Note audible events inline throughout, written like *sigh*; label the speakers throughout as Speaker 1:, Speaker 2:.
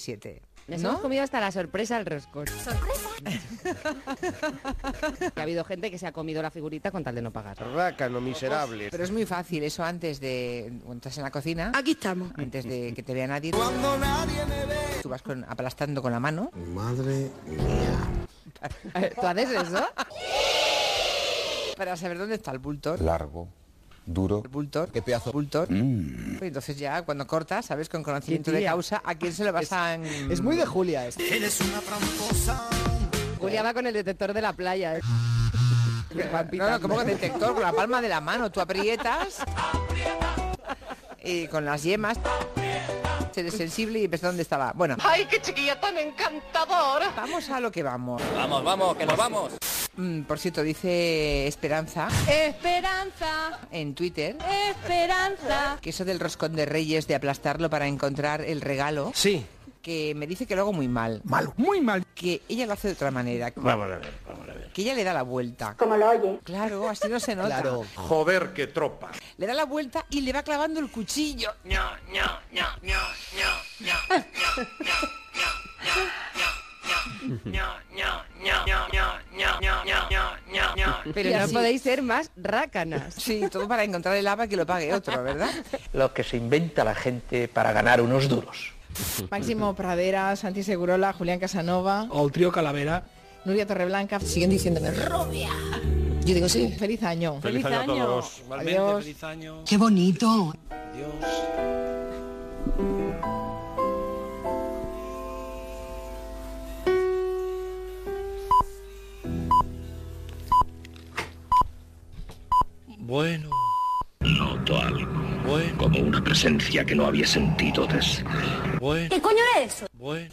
Speaker 1: 17.
Speaker 2: Nos
Speaker 1: ¿No?
Speaker 2: hemos comido hasta la sorpresa al roscón. *laughs*
Speaker 3: Sorpresa.
Speaker 2: Que ha habido gente que se ha comido la figurita con tal de no pagar.
Speaker 4: Rácano, miserable.
Speaker 1: Pero es muy fácil eso antes de... Cuando estás en la cocina,
Speaker 5: Ah.
Speaker 3: Aquí estamos.
Speaker 1: antes de que te vea nadie. Tú vas con- aplastando con la mano.
Speaker 6: Madre mía.
Speaker 2: Eh, ¿Tú haces eso?
Speaker 1: Para saber dónde está el bulto.
Speaker 7: Largo, duro.
Speaker 1: El bulto. ¿Qué pedazo? Mm. Bulto. Y Entonces ya cuando cortas, sabes con conocimiento
Speaker 2: Qué
Speaker 1: de
Speaker 2: tía.
Speaker 1: causa a quién se lo vas a... en-
Speaker 5: Es muy de Julia esto.
Speaker 2: Julia va con el detector de
Speaker 5: *laughs*
Speaker 2: la playa. ¿eh?
Speaker 1: No, no, como con detector, con la palma de la mano, tú aprietas y con las yemas eres sensible y ves dónde estaba. Bueno. ¡Ay, qué chiquilla tan encantadora! Vamos a lo que vamos. Vamos, vamos, que nos vamos. Por cierto, dice Esperanza
Speaker 3: Esperanza,
Speaker 1: en Twitter
Speaker 3: esperanza.
Speaker 1: que eso del roscón de reyes, de aplastarlo para encontrar el regalo,
Speaker 4: Sí.
Speaker 1: que me dice que lo hago muy mal.
Speaker 4: Malo. Muy mal.
Speaker 1: Que ella lo hace de otra manera,
Speaker 4: Vamos a ver, vamos a ver.
Speaker 1: que ella le da la vuelta.
Speaker 8: Como lo oye.
Speaker 1: Claro, así no se nota.
Speaker 5: Claro.
Speaker 4: Joder, qué tropa.
Speaker 1: Le da la vuelta y le va clavando el cuchillo.
Speaker 2: Pero no podéis ser más rácanas.
Speaker 1: Sí, todo para encontrar el haba que lo pague otro, ¿verdad?
Speaker 9: Lo que se inventa la gente para ganar unos duros.
Speaker 10: Máximo Pradera, Santi Segurola, Julián Casanova,
Speaker 4: O el trío Calavera.
Speaker 10: Nuria Torreblanca. Siguen diciéndome Robia. Yo digo sí. Feliz año.
Speaker 3: Feliz año.
Speaker 4: Igualmente,
Speaker 10: Adiós.
Speaker 4: feliz año.
Speaker 8: Qué bonito.
Speaker 4: Adiós. Bueno.
Speaker 9: Noto algo. Como una presencia que no había sentido desde...
Speaker 4: Bueno,
Speaker 8: ¿Qué coño era eso?
Speaker 4: bueno,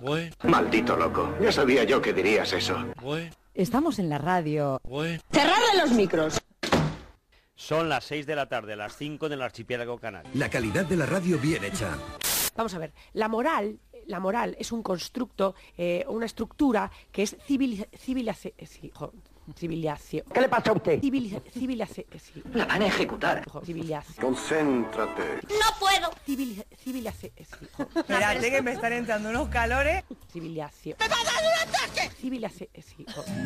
Speaker 4: bueno,
Speaker 6: Maldito loco. Ya sabía yo que dirías eso.
Speaker 4: bueno,
Speaker 2: Estamos en la radio.
Speaker 4: bueno.
Speaker 8: Cerrarle los micros.
Speaker 11: Son las 6 de la tarde, las 5 del archipiélago canario.
Speaker 6: La calidad de la radio bien hecha.
Speaker 3: Vamos a ver, la moral, la moral es un constructo, eh, una estructura que es eh, civil, civilización. Civilización.
Speaker 9: ¿Qué le pasa a usted?
Speaker 3: Civilización.
Speaker 9: La van a ejecutar.
Speaker 3: Civilización.
Speaker 6: Concéntrate.
Speaker 8: No puedo.
Speaker 3: Civilización.
Speaker 8: Espérate que me están entrando unos calores.
Speaker 3: Civilización. Civilización.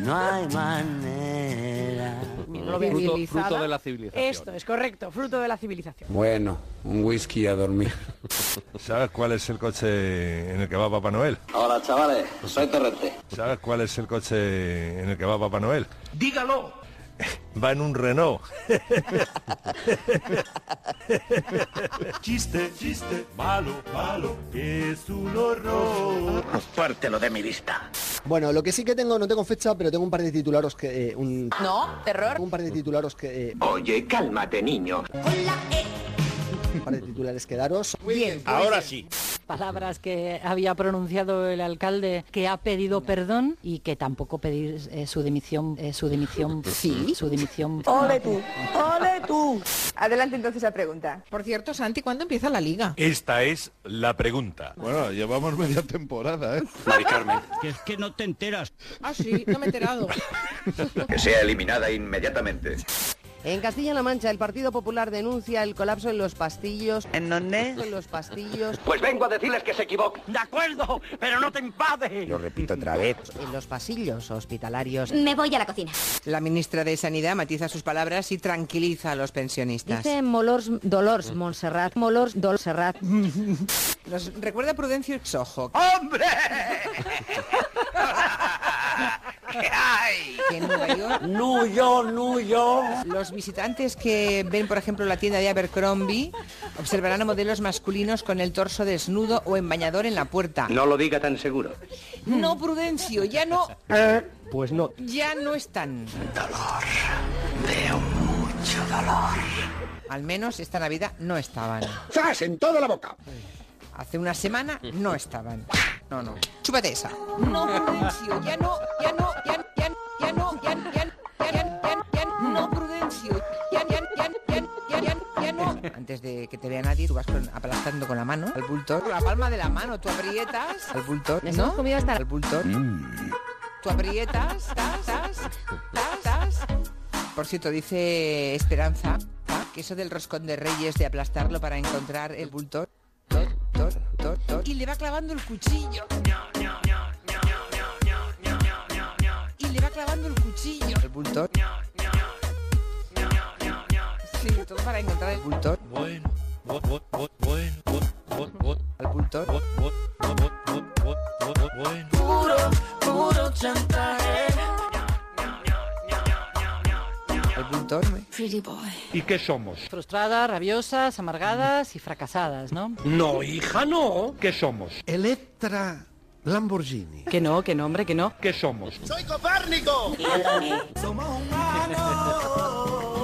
Speaker 9: No hay manera.
Speaker 3: No lo veo.
Speaker 10: Fruto- fruto de
Speaker 11: la civilización.
Speaker 3: Esto es correcto, fruto de la civilización.
Speaker 6: Bueno, un whisky a dormir.
Speaker 12: ¿Sabes cuál es el coche en el que va Papá Noel?
Speaker 9: Hola, chavales. Soy Torrente.
Speaker 12: ¿Sabes cuál es el coche en el que va Papá Noel?
Speaker 9: Dígalo.
Speaker 12: *laughs* Va en un Renault. *laughs* chiste, chiste, malo, malo, es un horror.
Speaker 9: Pártelo de mi vista.
Speaker 5: Bueno, lo que sí que tengo, no tengo fecha, pero tengo un par de titularos que... eh, un,
Speaker 8: No, terror.
Speaker 5: un par de titularos que... eh,
Speaker 6: Oye, cálmate, niño.
Speaker 5: un par de titulares que daros.
Speaker 11: Ahora sí.
Speaker 3: Palabras que había pronunciado el alcalde que ha pedido perdón y que tampoco pedir eh, su dimisión, su dimisión, sí, su dimisión.
Speaker 8: Ole tú. Ole tú.
Speaker 10: Adelante entonces la pregunta. Por cierto, Santi, ¿cuándo empieza la liga?
Speaker 12: Esta es la pregunta.
Speaker 6: Bueno, llevamos media temporada, ¿eh?
Speaker 9: Mari Carmen.
Speaker 11: Que es que no te enteras.
Speaker 10: Ah, sí, no me he enterado.
Speaker 6: Que sea eliminada inmediatamente.
Speaker 2: En Castilla-La Mancha, el Partido Popular denuncia el colapso en los pastillos.
Speaker 9: ¿En dónde?
Speaker 2: En los pastillos.
Speaker 6: Pues vengo a decirles que se equivocan.
Speaker 9: De acuerdo, pero no te enfades.
Speaker 4: Lo repito otra vez.
Speaker 2: En los pasillos hospitalarios.
Speaker 3: Me voy a la cocina.
Speaker 1: *laughs* La ministra de Sanidad matiza sus palabras y tranquiliza a los pensionistas.
Speaker 2: Dice Molors Dolors Montserrat. Molors Dolserrat.
Speaker 1: Nos recuerda a Prudencio Exojo, *laughs*
Speaker 9: ¡Hombre! ¿Qué hay?
Speaker 1: que en Nueva York
Speaker 9: No yo, no yo.
Speaker 1: los visitantes que ven, por ejemplo, la tienda de Abercrombie observarán a modelos masculinos con el torso desnudo o en bañador en la puerta.
Speaker 9: No lo diga tan seguro.
Speaker 1: No, Prudencio, ya no,
Speaker 5: Pues no.
Speaker 1: ya no están.
Speaker 9: Veo mucho dolor.
Speaker 1: Al menos esta Navidad no estaban.
Speaker 6: ¡Zas en toda la boca!
Speaker 1: Hace una semana no estaban. No, no. Chúpate esa. No, Prudencio, ya no, ya no, ya, ya, ya no, ya, ya, ya, ya, ya, ya, no, Prudencio. Ya, ya, ya, ya, ya, ya, ya no. Antes de que te vea nadie, tú vas con- aplastando con la mano al bulto. Con la palma de la mano, tú aprietas al bulto,
Speaker 2: Nos hemos
Speaker 1: ¿no?
Speaker 2: comido hasta la-
Speaker 1: Al bulto. Tú aprietas, tas, tas, tas, tas. Por cierto, dice Esperanza que eso del roscón de reyes de aplastarlo para encontrar el bulto. tot, tot, tot, tot, y le va clavando el cuchillo. Y le va clavando el cuchillo. El bulto. Sí, todo para encontrar el bulto.
Speaker 13: Bueno, bu- bu- bu- bueno, bu- bu- bu-
Speaker 1: Al bulto.
Speaker 13: bu- bu- bu- bu- bu- bu- bu- bu- bueno.
Speaker 14: Puro, puro chantaje.
Speaker 1: Al bulto.
Speaker 15: ¿Y qué somos?
Speaker 2: Frustradas, rabiosas, amargadas y fracasadas, ¿no?
Speaker 15: No, hija, no. ¿Qué somos?
Speaker 12: Electra Lamborghini.
Speaker 2: Que no, que no, hombre, que no.
Speaker 15: ¿Qué somos?
Speaker 12: ¡Soy Copérnico!
Speaker 14: Somos humanos.